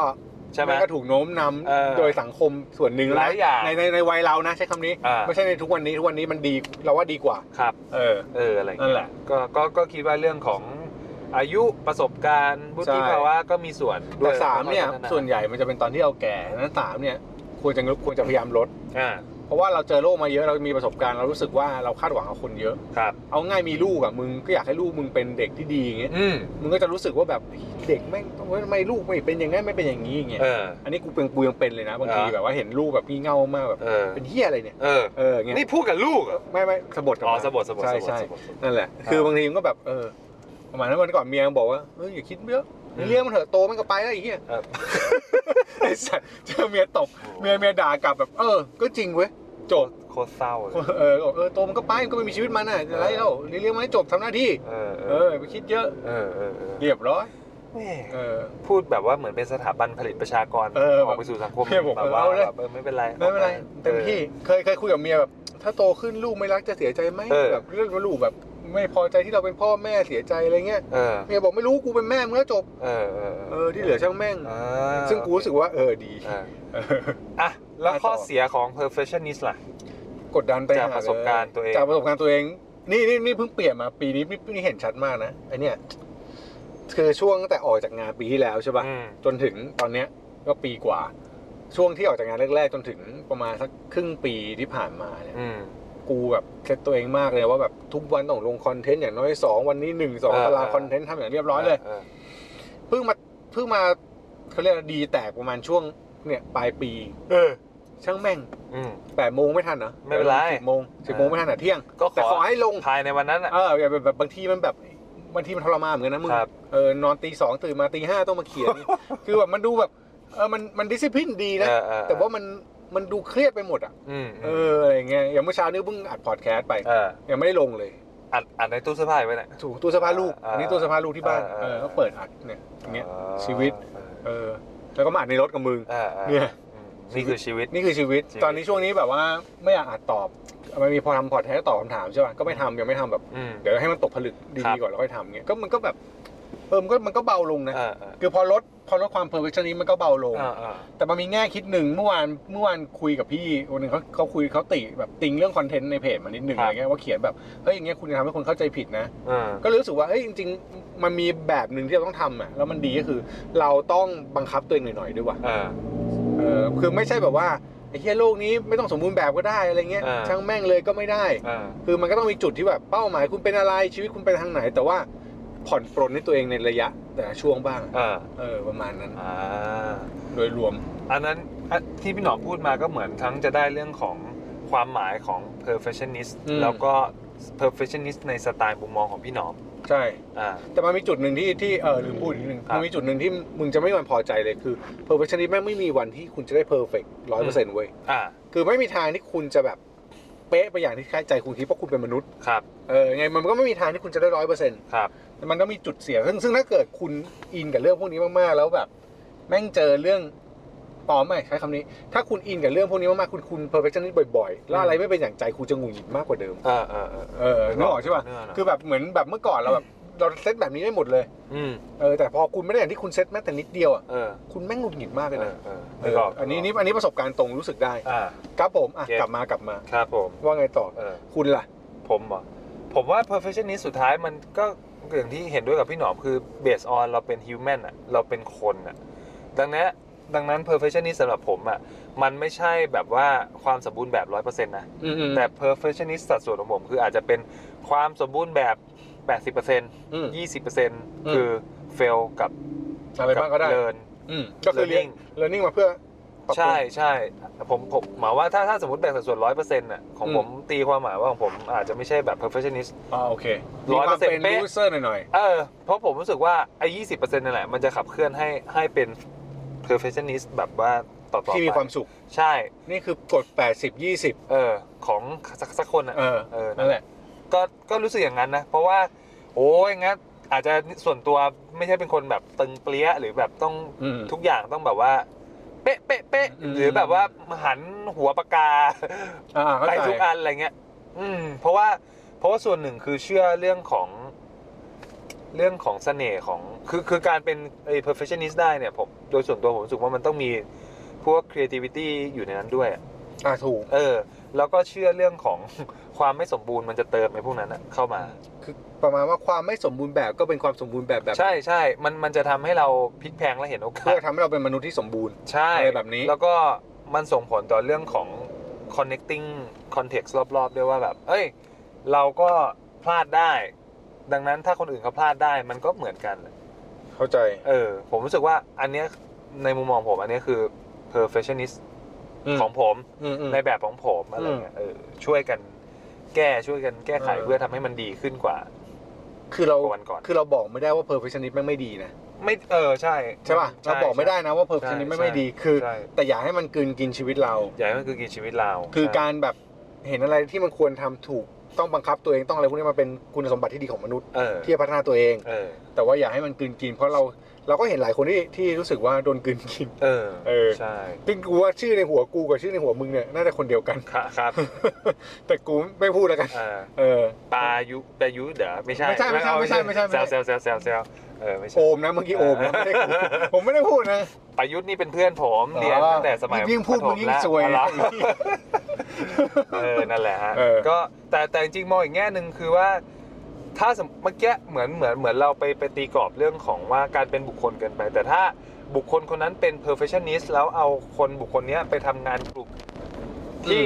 Speaker 2: ใช่ไหม
Speaker 1: แม่งก็ถูกโน้มนำ
Speaker 2: เออ
Speaker 1: โดยสังคมส่วนหนึ่ง
Speaker 2: ห
Speaker 1: แล้
Speaker 2: ลา
Speaker 1: วย
Speaker 2: อย่าง
Speaker 1: ในในในวัยเรานะใช้คำนี้
Speaker 2: อ่า
Speaker 1: ไม่ใช่ในทุกวันนี้ทุกวันนี้มันดีเราว่าดีกว่า
Speaker 2: ครับ
Speaker 1: เออ
Speaker 2: เอออะไร
Speaker 1: นั่
Speaker 2: เงี้
Speaker 1: น
Speaker 2: ย
Speaker 1: แหละ
Speaker 2: ก็ก็ก็คิดว่าเรื่องของอายุประสบการณ์วุฒิภาวะก็มีส่วนด้ว
Speaker 1: แต่
Speaker 2: ย
Speaker 1: สามเนี่ย
Speaker 2: ใการพัฒา
Speaker 1: ส่วนใหญ่มันจะเป็นตอนที่เราแก่ฉะนั้นสามเนี่ยควรจะควรจะพยายามลด
Speaker 2: อ่า
Speaker 1: เพราะว่าเราเจอโลกมาเยอะเรามีประสบการณ์เรารู้สึกว่าเราคาดหวังกับคนเยอะ
Speaker 2: ครับ
Speaker 1: เอาง่ายมีลูกอะมึงก็อยากให้ลูกมึงเป็นเด็กที่ดีอย่างเงี้ย
Speaker 2: อืม
Speaker 1: มึงก็จะรู้สึกว่าแบบเด็กแม่งต้องทำไมลูกไม่เป็นอย่างงั้นไม่เป็นอย่างนี้อย่างเงี้ย
Speaker 2: เออ
Speaker 1: อันนี้กูเป็นกูยังเป็นเลยนะบางที
Speaker 2: เหรอ
Speaker 1: แบบว่าเห็นลูกแบบพี่เง่ามากแบบ
Speaker 2: เออ
Speaker 1: เป็นเฮียอะไรเนี่ย
Speaker 2: เออ
Speaker 1: เอออย่างเงี้ย
Speaker 2: นี่พูดกับลูกเหรอ
Speaker 1: ไม่ไม่สะบดออก
Speaker 2: อ๋อ
Speaker 1: มา
Speaker 2: สะบดสะบดสะ
Speaker 1: ใช่
Speaker 2: บด
Speaker 1: ใช่
Speaker 2: สะบด
Speaker 1: นั่นแหละ
Speaker 2: อ่า
Speaker 1: คือบางทีมันก็แบบเออประมาณนั้นวันก่อนเมียมันบอกว่าเอออย่าคิดเยอะเลี้ยงมันเถอะโตมันก็ไปแล้วไอ้เหี้ย
Speaker 2: เออ
Speaker 1: ไอ้สัสเจอเมียตบเมียเมียด่ากลับแบบเออ ก็จริงเว้ยจบ
Speaker 2: โคตรเศร้าเลย
Speaker 1: เออเออโตมันก็ไปมันก็ไม่มีชีวิตมันน่ะอะไรแล้วเลี้ยงมันให้จบทำหน้าที่
Speaker 2: เออเอ
Speaker 1: เอ
Speaker 2: อ
Speaker 1: อไปคิดเยอะ
Speaker 2: เออเออเออ
Speaker 1: เรียบร้อย
Speaker 2: แม่
Speaker 1: เออ
Speaker 2: พูดแบบว่าเหมือนเป็นสถาบันผลิตประชากร
Speaker 1: เออ
Speaker 2: ออกไปสู่สังคม
Speaker 1: เออผม
Speaker 2: แบบว่า
Speaker 1: เอาเลย
Speaker 2: แบบเออไม่เป็นไร
Speaker 1: ไม่เป็นไร
Speaker 2: ออกา
Speaker 1: เต็มที่เคยเคยคุยกับเมียแบบ ถ้าโตขึ้นลูกไม่รักจะเสียใจไหม
Speaker 2: เออ
Speaker 1: แบบเรื่องว่าลูกแบบ ไม่พอใจที่เราเป็นพ่อแม่เสียใจอะไรเงี้ย
Speaker 2: เออ
Speaker 1: เมียบอกไม่รู้กูเป็นแม่มึงแล้วจบ
Speaker 2: เออเออ
Speaker 1: เออที่เหลือช่างแม่ง
Speaker 2: เออ
Speaker 1: ซึ่งกูรู้สึกว่าเออดี
Speaker 2: เออ
Speaker 1: เออ
Speaker 2: อ่ะแล้ว
Speaker 1: ไปต่อ
Speaker 2: ข้อเสียของ perfectionist ล่ะ
Speaker 1: กดดันไป
Speaker 2: จาก
Speaker 1: ห
Speaker 2: ประสบการณ์ตัวเอง
Speaker 1: จากประสบการณ์ตัวเอง นี่นี่นี่เพิ่งเปลี่ยนมาปีนี้นี่นี่เห็นชัดมากนะไอเนี้ย คือช่วงตั้งแต่ออกจากงานปีที่แล้วใช่ป่ะ
Speaker 2: อืม
Speaker 1: จนถึงตอนเนี้ยก็ปีกว่า ช่วงที่ออกจากงานแรกๆจนถึงประมาณสักครึ่งปีที่ผ่านมาเนี่ย
Speaker 2: อืม
Speaker 1: กูแบบเคล็ดตัวเองมากเลยว่าแบบทุกวันต้องลงคอนเทนต์อย่างน้อยสองวันนี้หนึ่งสอง
Speaker 2: เออ
Speaker 1: ตาราง
Speaker 2: เออ
Speaker 1: คอนเทนต์ทำอย่างเรียบร้อยเลยเพิ่งมาเพิ่งมาเขาเรียกว่าดีแตกประมาณช่วงเนี่ยปลายปี
Speaker 2: เออ
Speaker 1: ช่างแม่ง
Speaker 2: อืม
Speaker 1: แปดโมงไม่ทันเหรอ
Speaker 2: ไม่เป็นไร
Speaker 1: สิบโมงสิบโมงไม่ทันเหรอเที่ยง
Speaker 2: ก็ขอ
Speaker 1: แต่ขอให้ลง
Speaker 2: ภายในวันนั้นอ่ะ
Speaker 1: เอออย่าแบบแบบบางทีมันแบบบางทีมันทรมานเหมือนกันนะมึง
Speaker 2: ครับ
Speaker 1: เออนอนตีสองตื่นมาตีห้าต้องมาเขียน คือแบบมันดูแบบเออมันมันดิสซิพลินดีนะ
Speaker 2: เออเออ
Speaker 1: แต่ว่ามันมันดูเครียดไปหมดอ่ะ
Speaker 2: อืม
Speaker 1: เอออะไรเงี้ยอย่างเมื่อเช้านี้เพิ่งอัดพอดแคสต์ไป
Speaker 2: เออ
Speaker 1: ยังไม่ได้ลงเลย
Speaker 2: อัดอัดในตู้เสื้อผ้าไว้แหละ
Speaker 1: ถูกตู้เสื้อผ้าลูก
Speaker 2: อ่า
Speaker 1: อันนี้ตู้เสื้อผ้าลูกที่บ้าน
Speaker 2: อ่า
Speaker 1: เออก็เปิดอัดเนี่ยอย่างเงี้ย ชีวิต
Speaker 2: เออ
Speaker 1: เออ แล้วก็มาอัดในรถกับมึง
Speaker 2: เออเออ
Speaker 1: เนี่ย
Speaker 2: อืมนี่คือชีวิต
Speaker 1: นี่คือชีวิต
Speaker 2: ชีวิต
Speaker 1: ตอนนี้ช่วงนี้แบบว่าไม่อยากอัดตอบ มันมีพอทำพอดแท้ตอบคำถามใช่ป่ะ ก็ไม่ทำยังไม่ทำแบบ
Speaker 2: อืม
Speaker 1: เดี๋ยวให้มันตกผลึก
Speaker 2: ครั
Speaker 1: ดี
Speaker 2: บ
Speaker 1: ๆก่อนแล้วค่อยทำเงี้ย ก็มันก็แบบ เออ มันก็มันก็เบาลงนะ
Speaker 2: เออเออ
Speaker 1: คือพอลดพอลดความ perfectionist มันก็เบาลง
Speaker 2: เออเออ
Speaker 1: แต่มันมีแง่คิดหนึ่งเมื่อวานเมื่อวานคุยกับพี่คนหนึ่งเขาเขาคุยเขาติแบบติงเรื่องคอนเทนต์ในเพจมานิดหนึ่งอะไรเงี้ยว่าเขียนแบบ เฮ้ยอย่างเงี้ยคุณจะทำให้คนเข้าใจผิดนะ
Speaker 2: เออ
Speaker 1: ก็เลยรู้สึกว่าเอ้ยจริง ๆ มันมีแบบหนึ่งที่เราต้องทำอ่ะแล้วมันดีก็คือ เราต้องบังคับตัวเองหน่อยๆด้วยว่ะ
Speaker 2: เออ
Speaker 1: เออคือไม่ใช่แบบว่าไอ้เฮียโลกนี้ไม่ต้องสมบูรณ์แบบก็ได้อะไรเงี้ย
Speaker 2: อ่า
Speaker 1: ช่างแม่งเลยก็ไม่ได้
Speaker 2: เออ
Speaker 1: คือมันก็ต้องมีจุดที่แบบเป้าหมายคุณเป็นอะไรชีวิตคุณเป็นทางไหน แต่ว่าผ่อนปรนในตัวเองในระยะแต่ละช่วงบ้าง
Speaker 2: เออ
Speaker 1: เออประมาณนั้น
Speaker 2: อ่า
Speaker 1: โดยรวม
Speaker 2: อันนั้นอ่ะที่พี่หนอมพูดมาก็เหมือนทั้งจะได้เรื่องของความหมายของ perfectionist
Speaker 1: อืม
Speaker 2: แล้วก็ perfectionist ในสไตล์มุมมองของพี่หนอม
Speaker 1: ใช่
Speaker 2: อ่า
Speaker 1: แต่มันมีจุดหนึ่งที่ที่เออลืมพูดอีกนิดนึง
Speaker 2: ครับ
Speaker 1: มันมีจุดหนึ่งที่มึงจะไม่มีวันพอใจเลยคือ perfectionist แม่งไม่มีวันที่คุณจะได้ perfect ร้อยเปอร์เซ็นต์เว้ย
Speaker 2: อ่า
Speaker 1: คือไม่มีทางที่คุณจะแบบเป๊ะไปอย่างที่คาดใจคุณคิดเพราะคุณเป็นมนุษย์
Speaker 2: ครับ
Speaker 1: เออยังไงมันก็ไม่มีทางที่คุณจะได้ร้อยเปอร์เซ็นต์
Speaker 2: ครับ
Speaker 1: มันต้องมีจุดเสีย ซึ่งซึ่งถ้าเกิดคุณอินกับเรื่องพวกนี้มากๆ แล้วแบบ แม่งเจอเรื่องปลอมไหมใช้คำนี้ ถ้าคุณอินกับเรื่องพวกนี้มากๆ คุณคุณ perfectionist บ่อยๆ แล้วอะไรไม่เป็นอย่างใจคุณจะหงุดหงิดมากกว่าเดิม
Speaker 2: เออเออเออเออ
Speaker 1: เออนึกออกใช่ป่ะ
Speaker 2: เนื้เนื้
Speaker 1: คือแบบเหมือนแบบเมื่อก่อนเราแบบเราเซตแบบนี้ได้หมดเลย
Speaker 2: อืม
Speaker 1: เออแต่พอคุณไม่ได้อย่างที่คุณเซตแม้แต่นิดเดียวอ่ะ
Speaker 2: เออ
Speaker 1: คุณแม่งหงุดหงิดมาก
Speaker 2: เอ
Speaker 1: เลย
Speaker 2: อ
Speaker 1: นะ
Speaker 2: เออ
Speaker 1: เอ
Speaker 2: นึก
Speaker 1: อก
Speaker 2: ก
Speaker 1: อันนี้
Speaker 2: ก
Speaker 1: นี่
Speaker 2: ก
Speaker 1: อันนี้ประสบการณ์ตรงรู้สึกได้
Speaker 2: อ่า
Speaker 1: ครับผมอ่ะ
Speaker 2: โอเค
Speaker 1: กลับมากลับมา
Speaker 2: ครับผม
Speaker 1: ว่าไงต่อ
Speaker 2: เออ
Speaker 1: คุณล่ะ
Speaker 2: ผมเหรอผมว่า perfectionist สุดท้ายมันก็อย่างที่เห็นด้วยกับพี่หนอมคือ based on เราเป็น human อะเราเป็นคนอะดังนั้นดังนั้น perfectionist สำหรับผมอะมันไม่ใช่แบบว่าความสมบูรณ์แบบ 100%นะ
Speaker 1: อืมๆ
Speaker 2: แต่ perfectionist สัดส่วนของผมคืออาจจะเป็นความสมบูรณ์แบบ 80%
Speaker 1: อืม
Speaker 2: 20%คือ fail กับ
Speaker 1: อะไรบ้างก็ได้
Speaker 2: เลิน
Speaker 1: อืมก็คือเรียน
Speaker 2: learning
Speaker 1: learning มาเพื่อปรับปรุง
Speaker 2: ใช่ใช่ผมผมหมายว่าถ้าถ้าสมมติแบ่งสัดส่วน 100%น่ะของ
Speaker 1: อืม
Speaker 2: ผมตีความหมายว่าของผมอาจจะไม่ใช่แบบ perfectionist
Speaker 1: อ๋อโอเค
Speaker 2: ร้อย
Speaker 1: มีค
Speaker 2: เปอ
Speaker 1: วาม
Speaker 2: ร์เซ็นต์
Speaker 1: เป็น
Speaker 2: เป๊ะ
Speaker 1: user หน่อย
Speaker 2: เออเพราะผมรู้สึกว่าไอ้ยี่สิบเปอร์เซ็นต์นั่นแหละ มันจะขับเคลื่อนให้ให้เป็น perfectionist แบบว่าต่อ
Speaker 1: ๆ
Speaker 2: ต่อ
Speaker 1: ที่มีความสุข
Speaker 2: ใช่
Speaker 1: นี่คือกด 80 20
Speaker 2: เออของสักสักคนอ่ะ
Speaker 1: เออ
Speaker 2: เออนั่
Speaker 1: นั่
Speaker 2: น
Speaker 1: น
Speaker 2: แห
Speaker 1: แห
Speaker 2: ละ
Speaker 1: ละ
Speaker 2: ก็ก็รู้สึกอย่างนั้นนะ เพราะว่า โอ้ยงั้นอาจจะส่วนตัวไม่ใช่เป็นคนแบบตึงเปรี้ยหรือแบบต้อง
Speaker 1: อืม
Speaker 2: ทุกอย่างต้องแบบว่า เป๊ะเป๊ะเป๊ะ
Speaker 1: อืม
Speaker 2: หรือแบบว่าหันหัวปากกา
Speaker 1: อ่าเข้า
Speaker 2: ไป
Speaker 1: ใจ
Speaker 2: ทุกอันอะไรเงี้ย อืม เพราะว่า เพราะว่าส่วนหนึ่งคือเชื่อเรื่องของ เรื่องของเสน่ห์ของ คือ คือการเป็นไอ้ perfectionist ได้เนี่ย ผม โดยส่วนตัวผมรู้สึกว่ามันต้องมี พวก creativity อยู่ในนั้นด้วยอะ
Speaker 1: อ่าถูก
Speaker 2: เออ แล้วก็เชื่อเรื่องของ ความไม่สมบูรณ์มันจะเติมไอ้พวกนั้นอะเข้ามา
Speaker 1: คือประมาณว่าความไม่สมบูรณ์แบบก็เป็นความสมบูรณ์แบบแบบ
Speaker 2: ใช่ใช่ มัน มันจะทำให้เราพลิกแพลงและเห็นโอกา
Speaker 1: เพื่
Speaker 2: ส
Speaker 1: อทำให้เราเป็นมนุษย์ที่สมบูรณ์
Speaker 2: ใช่
Speaker 1: อะไรแบบนี้
Speaker 2: แล้วก็มันส่งผลต่อเรื่องของ connecting context รอบๆ ด้วยว่าแบบ เอ้ย เราก็พลาดได้ ดังนั้นถ้าคนอื่นเขาพลาดได้มันก็เหมือนกัน
Speaker 1: เข้าใจ
Speaker 2: เออ ผมรู้สึกว่าอันเนี้ยในมุมมองผมอันเนี้ยคือ perfectionist
Speaker 1: ข
Speaker 2: ข
Speaker 1: อ
Speaker 2: องงผม ในแบบของผมอะไรเงี้ยเออช่วยกันแก้ช่วยกันแก้ไขเพื่อทำให้มันดีขึ้นกว่า
Speaker 1: คือเรา
Speaker 2: กว่าวันก่อน
Speaker 1: คือเราบอกไม่ได้ว่า perfectionist แม่งไม่ดีนะ
Speaker 2: ไม่เออใช่
Speaker 1: ใช่ป่ะ เราบอกไม่ได้นะว่า perfectionist แม่งไม่ดี คือ
Speaker 2: ใช่
Speaker 1: แต่อย่าให้มันกลืนกินชีวิตเรา
Speaker 2: ใหญ่างนั้นมันคือกินชีวิตเรา
Speaker 1: คือ
Speaker 2: ใช่
Speaker 1: การแบบเห็นอะไรที่มันควรทำถูกต้องบังคับตัวเองต้องอะไรพวกนี้มันเป็นคุณสมบัติที่ดีของมนุษย์
Speaker 2: เออ
Speaker 1: ที่จะพัฒนาตัวเอง
Speaker 2: เออ
Speaker 1: แต่ว่าอย่าให้มันกลืนกิน เพราะเราเราก็เห็นหลายคนที่ที่รู้สึกว่าโดนกลืนกิน
Speaker 2: เออ
Speaker 1: เออ
Speaker 2: ใช่
Speaker 1: ซึ่งกูว่าชื่อในหัวกูกับชื่อในหัวมึงเนี่ยน่าจะคนเดียวกัน
Speaker 2: ครับครับ
Speaker 1: แต่กูไม่พูดแล้วกัน
Speaker 2: เออ
Speaker 1: เออ
Speaker 2: ปายุปายุเด๋อไม่ใช่
Speaker 1: ไม่ใช่ไม่ใช่ไม่ใช่ไม่ใช่ไม่
Speaker 2: แซ
Speaker 1: ใช่
Speaker 2: วแซวแซวแซวแซวเออไม่ใช่
Speaker 1: โอมนะเมื่อกี้โอมนะไม่ได้กูผมไม่ได้พูดนะ
Speaker 2: ปายุทธ์นี่เป็นเพื่อนผมเรียนตั้งแต่สมัย
Speaker 1: ยิ่งพูดมึงยิ่ง
Speaker 2: ประถ
Speaker 1: ซวย
Speaker 2: อ๋อเหรอ เออนั่นแหละฮะ
Speaker 1: เออ
Speaker 2: ก็แต่แต่จริงๆมองอีกแง่หนึ่งคือว่า ถ้าสมเมื่อกี้เหมือนเหมือนเหมือนเราไปไปตีกรอบเรื่องของว่าการเป็นบุคคลเกินไป แต่ถ้าบุคคลคนนั้นเป็น perfectionist แล้วเอาคนบุคคลเนี้ยไปทำงานกลุ่มที่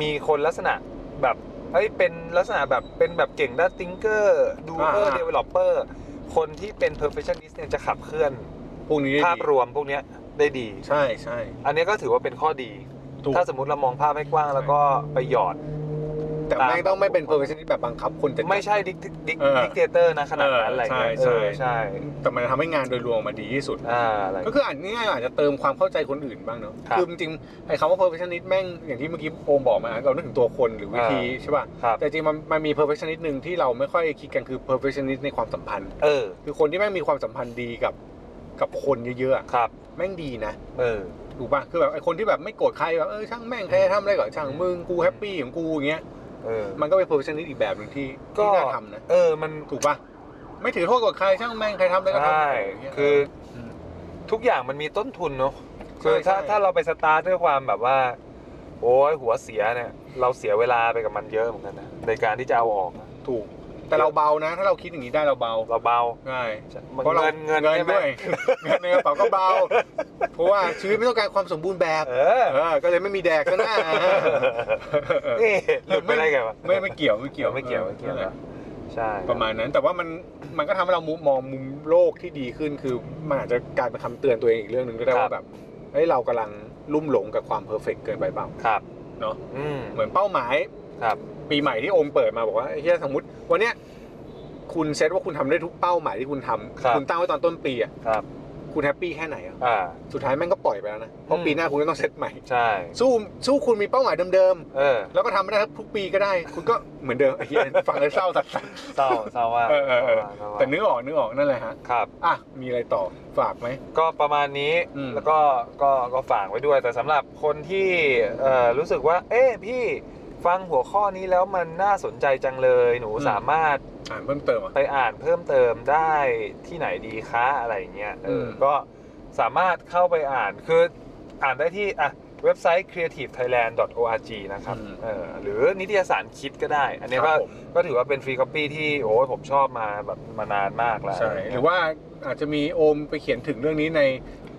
Speaker 2: มีคนลักษณะแบบเอ้ยเป็นลักษณะแบบเป็นแบบเก่งด้าน thinker doer
Speaker 1: อ่า
Speaker 2: developer คนที่เป็น perfectionist เนี่ยจะขับเคลื่อน
Speaker 1: พวกนี้ได้ดี
Speaker 2: ภาพรวมพวกเนี้ยได้ดี
Speaker 1: ใช่ใช่
Speaker 2: อันเนี้ยก็ถือว่าเป็นข้อดี
Speaker 1: ถูก
Speaker 2: ถ้าสมมติเรามองภาพให้กว้างแล้วก็ไปหยอด
Speaker 1: แต่แม่งต้องไม่เป็น perfectionist แบบบังคับคนจะ
Speaker 2: ไม่ใช่ดิกดิก
Speaker 1: เออ
Speaker 2: ดิกเตเตอร์นะขนาด
Speaker 1: เออ
Speaker 2: นั้นอะไรเงี้ย
Speaker 1: ใช่
Speaker 2: เออ
Speaker 1: ใช่
Speaker 2: ใช่
Speaker 1: แต่มันจะทำให้งานโดยรวมมาดีที่สุด
Speaker 2: อ่าอะไร
Speaker 1: ก็คืออ่านง่ายๆอาจจะเติมความเข้าใจคนอื่นบ้างเนาะ
Speaker 2: ครับ
Speaker 1: อจริงๆไอ้คำว่า perfectionist แม่งอย่างที่เมื่อกี้โอมบอกมาเรานึกถึงตัวคนหรือวิธีใช่ป่ะ
Speaker 2: ครับ
Speaker 1: แต่จริงๆมันมันมี perfectionist หนึ่งที่เราไม่ค่อยคิดกันคือ perfectionist ในความสัมพันธ์
Speaker 2: เออ
Speaker 1: คือคนที่แม่งมีความสัมพันธ์ดีกับกับคนเยอะๆอะ
Speaker 2: ครับ
Speaker 1: แม่งดีนะ
Speaker 2: เออ
Speaker 1: ถูกป่ะคือแบบไอ้คนที่แบบไม่โกรธใครแบบเออช่างแม่งใครจะทำอะไรก็ช่างมึงกูแฮปปี้ของกูอย่างเงี้ย
Speaker 2: เออ
Speaker 1: มันก็เป็น perfectionist อีกแบบหนึ่งที่
Speaker 2: ก็
Speaker 1: ที่น่าทำนะ
Speaker 2: เออมัน
Speaker 1: ถูกป่ะไม่ถือโทษโกรธใครช่างแม่งใครทำอะไรก็ทำ
Speaker 2: ใช่
Speaker 1: ย่างเงี้ย
Speaker 2: คือทุกอย่างมันมีต้นทุนเนาะคือ
Speaker 1: ใช่
Speaker 2: ถ้า
Speaker 1: ใช่
Speaker 2: ถ้าเราไปสตาร์ทด้วยความแบบว่า โอ้ยหัวเสียเนี่ย เราเสียเวลาไปกับมันเยอะเหมือนกันนะในการที่จะเอาออกอะ
Speaker 1: ถูก แต่เราเบานะ ถ้าเราคิดอย่างนี้ได้เราเบา
Speaker 2: เราเบา
Speaker 1: ใช่
Speaker 2: มัน
Speaker 1: เพราะเรา
Speaker 2: เงินเงินใช่ไหม
Speaker 1: ด้วยเงินในกระเป๋าก็เบา เพราะว่าชีวิตไม่ต้องการความสมบูรณ์แบบ
Speaker 2: เออ
Speaker 1: เออก็เลยไม่มีแดกก็น่า
Speaker 2: นี่หลุดไปได้ไงวะ
Speaker 1: ไม่ไม่เกี่ยวไม่เกี่ยว
Speaker 2: ไม่เกี่ยวไม่เกี่ยว
Speaker 1: ออ
Speaker 2: ใช่
Speaker 1: ประมาณนั้นแต่ว่ามันมันก็ทำให้เรามุมมองมุมโลกที่ดีขึ้นคือมันอาจจะกลายเป็นคำเตือนตัวเองอีกเรื่องหนึ่งก็ได้ว่าแบบเฮ้ยเรากำลังลุ่มหลงกับความเพอร์เฟกเกินไปเปล่า
Speaker 2: ครับ
Speaker 1: เนอะ
Speaker 2: อืม
Speaker 1: เหมือนเป้าหมาย
Speaker 2: ครับ
Speaker 1: ปีใหม่ที่โอมเปิดมาบอกว่าเฮียสมมติวันเนี้ยคุณเซตว่าคุณทำได้ทุกเป้าหมายที่คุณทำคุณตั้งไว้ตอนต้นปีอ่ะ
Speaker 2: ครับ
Speaker 1: คุณแฮปปี้แค่ไหนอ่ะ
Speaker 2: อ่า
Speaker 1: สุดท้ายแม่งก็ปล่อยไปแล้วนะเพราะ
Speaker 2: อืม
Speaker 1: ปีหน้าคุณก็ต้องเซตใหม่
Speaker 2: ใช่
Speaker 1: สู้สู้คุณมีเป้าหมายเดิม
Speaker 2: เออ
Speaker 1: ๆแล้วก็ทำไม่ได้ทุกปีก็ได้ คุณก็เหมือนเดิมไอ้เฮียฟังแล้วเศร้าสัส
Speaker 2: เศร้าเศร้าว่าก
Speaker 1: เออเออเออ
Speaker 2: เศ ร้าว่า
Speaker 1: แต่นึกออกนึกออกนั่นแหละฮะ
Speaker 2: ครับ
Speaker 1: อ่ะมีอะไรต่อฝากไหม
Speaker 2: ก็ประมาณนี้
Speaker 1: อืม
Speaker 2: แล้วก็ก็ก็ฝากไว้ด้วย แต่สำหรับคนที่เอ่อรู้สึกว่า เอ๊ะพี่ฟังหัวข้อนี้แล้วมันน่าสนใจจังเลย หนูสามารถ
Speaker 1: อ่านเพิ่มเติมอ่ะ
Speaker 2: ไปอ่านเพิ่มเติมได้ที่ไหนดีคะอะไรอย่างเงี้ยเอออ
Speaker 1: ม
Speaker 2: ก็สามารถเข้าไปอ่านคืออ่านได้ที่อ่ะเว็บไซต์ creativethailand.org นะครับ
Speaker 1: อืม
Speaker 2: เออหรือนิตยสารคิดก็ได้ อันนี้
Speaker 1: ค
Speaker 2: ก็
Speaker 1: รับผม
Speaker 2: ก็ถือว่าเป็นฟรีคอปปี้ที่โอ้ยผมชอบมาแบบมานานมากแล้ว
Speaker 1: ใช่หรือว่าอาจจะมีโอมไปเขียนถึงเรื่องนี้ใน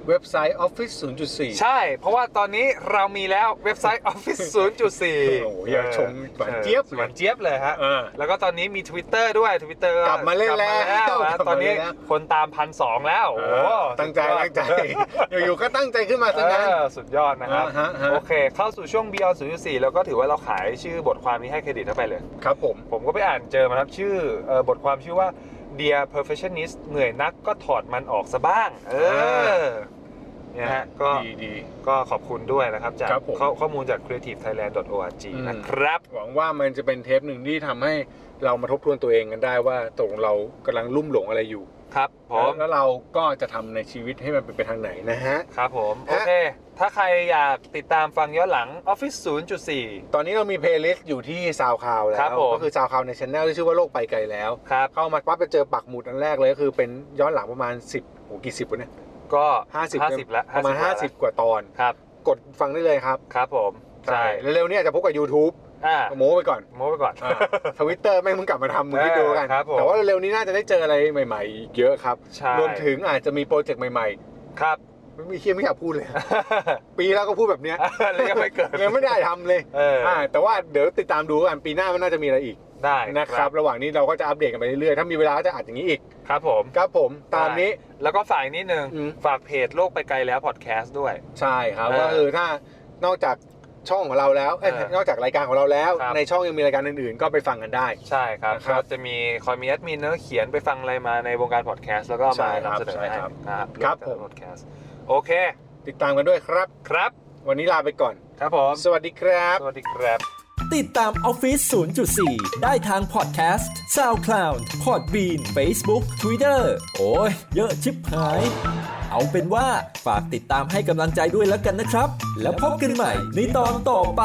Speaker 1: เว็บไซต์ Office 0.4
Speaker 2: ใช่ เพราะว่าตอนนี้เรามีแล้วเว็บไซต์ Office 0.4
Speaker 1: โอ้โหอยากชมหวานเจี๊ยบเลย
Speaker 2: หวานเจี๊ยบเลยฮะ
Speaker 1: อ่า
Speaker 2: แล้วก็ตอนนี้มี Twitter ด้วย Twitter
Speaker 1: กลับมาเล่นแล้ว
Speaker 2: กบมาแล้ว
Speaker 1: กลับมาเล่นแล้ว
Speaker 2: ตอนนี้คนตามพันสองแล้วโอ้โห
Speaker 1: ตั้งใจ ตั้งใจ อยู่ๆ ก็ตั้งใจขึ้นมา
Speaker 2: เอ
Speaker 1: ซะงั้น
Speaker 2: อสุดยอดนะครับ
Speaker 1: อ่าฮะฮะ
Speaker 2: โอเค เข้าสู่ช่วง Beyond 0.4 แล้วก็ถือว่าเราขายชื่อบทความนี้ให้เครดิตเข้าไปเลย
Speaker 1: ครับผม
Speaker 2: ผมก็ไปอ่านเจอมาครับ ชื่อเอ่อบทความชื่อว่า Dear Perfectionist เหนื่อยนักก็ถอดมันออกซะบ้าง เอ
Speaker 1: เอ
Speaker 2: อ
Speaker 1: อ
Speaker 2: เนี่ยฮะก็
Speaker 1: ดีดี
Speaker 2: ก็ขอบคุณด้วยนะครับ จาก
Speaker 1: ครับผม
Speaker 2: ข้อข้อมูลจาก creative thailand org
Speaker 1: อืม
Speaker 2: นะครับ
Speaker 1: หวังว่ามันจะเป็นเทปหนึ่งที่ทำให้เรามาทบทวนตัวเองกันได้ว่าตกลงเรากำลังลุ่มหลงอะไรอยู่
Speaker 2: ครับผม
Speaker 1: แล้วเราก็จะทำในชีวิตให้มันเป็นไปทางไหนนะฮะ
Speaker 2: ครับผม
Speaker 1: ฮะ
Speaker 2: โอเค ถ้าใครอยากติดตามฟังย้อนหลัง office 0.4
Speaker 1: ตอนนี้เรามีเพลย์ลิสต์อยู่ที่ซาวคลาวแล้
Speaker 2: ครั
Speaker 1: ว
Speaker 2: บผม
Speaker 1: ก็คือซาวคลาวในช anel ที่ชื่อว่าโลกไปไกลแล้ว
Speaker 2: ครับ
Speaker 1: เข้ามาปั๊บจะเจอปักหมุดอันแรกเลยก็คือเป็นย้อนหลังประมาณ 10โอ้กี่สิบวะเนี่ย
Speaker 2: ก็
Speaker 1: ห้าสิบ
Speaker 2: ละ
Speaker 1: ประมาณห้าสิบกว่าตอน
Speaker 2: ครับ
Speaker 1: กดฟังได้เลยครับ
Speaker 2: ครับผม ใช่
Speaker 1: เร็วๆเนี่ยจะพบกับ YouTube
Speaker 2: อ่า
Speaker 1: โม้ไปก่อน
Speaker 2: โม้ไปก่อน
Speaker 1: ทวิตเตอร์แม่งมึงกลับมาทำมึง
Speaker 2: เออ
Speaker 1: คิดดูแล้วกัน
Speaker 2: ครับผม
Speaker 1: แต่ว่าเร็วๆนี้น่าจะได้เจออะไรใหม่ๆอีกเยอะครับ
Speaker 2: ใช่
Speaker 1: รวมถึงอาจจะมีโปรเจกต์ใหม่
Speaker 2: ครับ
Speaker 1: ๆ ไม่มีเคียไม่อยากพูดเลย ปีแล้วก็พูดแบบเนี้ ย
Speaker 2: แล้วยังไม่เกิด
Speaker 1: ยังไม่ได้ทำเลย
Speaker 2: เอออ่
Speaker 1: าแต่ว่าเดี๋ยวติดตามดูกันปีหน้ามันน่าจะมีอะไรอีก
Speaker 2: ได้
Speaker 1: นะครับ ระหว่างนี้เราก็จะอัปเดตกันไปเรื่อยๆ ถ้ามีเวลาก็จะอัดอย่างนี้อีก
Speaker 2: ครับผม
Speaker 1: ครับผมตามนี้
Speaker 2: แล้วก็ฝากอีกนิดนึง
Speaker 1: อืม
Speaker 2: ฝากเพจโลกไปไกลแล้วพอดแคสต์ด้วย
Speaker 1: ใช่ครับ
Speaker 2: เออ
Speaker 1: ว่าเออถ้านอกจากช่องของเราแล้วเอ้ย
Speaker 2: เออน
Speaker 1: อกจากรายการของเราแล้ว
Speaker 2: ครับ
Speaker 1: ในช่องยังมีรายการอื่นๆ ก็ไปฟังกันได้
Speaker 2: ใช่ครับ
Speaker 1: นะครั
Speaker 2: ก็
Speaker 1: บ
Speaker 2: จะมีคอยมีแอดมินเนอะเขียนไปฟังอะไรมาในวงการพอดแคสต์แล้วก็เอามา
Speaker 1: ใช่คน
Speaker 2: ำ
Speaker 1: รับ
Speaker 2: เสนอ
Speaker 1: ใช่
Speaker 2: ให้
Speaker 1: ครับ
Speaker 2: นะครับ
Speaker 1: ครับ
Speaker 2: เอง
Speaker 1: ผม
Speaker 2: พอดแคสต์โอเค
Speaker 1: ติดตามกันด้วยครับ
Speaker 2: ครับ
Speaker 1: วันนี้ลาไปก่อน
Speaker 2: ครับผม
Speaker 1: สวัสดีครับ
Speaker 2: สวัสดีครับ
Speaker 3: ติดตามออฟฟิศ0.4 ได้ทางพอดแคสต์ SoundCloud Podbean Facebook Twitter โอ้ย เยอะชิบหาย เอาเป็นว่าฝากติดตามให้กำลังใจด้วยแล้วกันนะครับ แล้วพบกันใหม่ในตอนต่อไป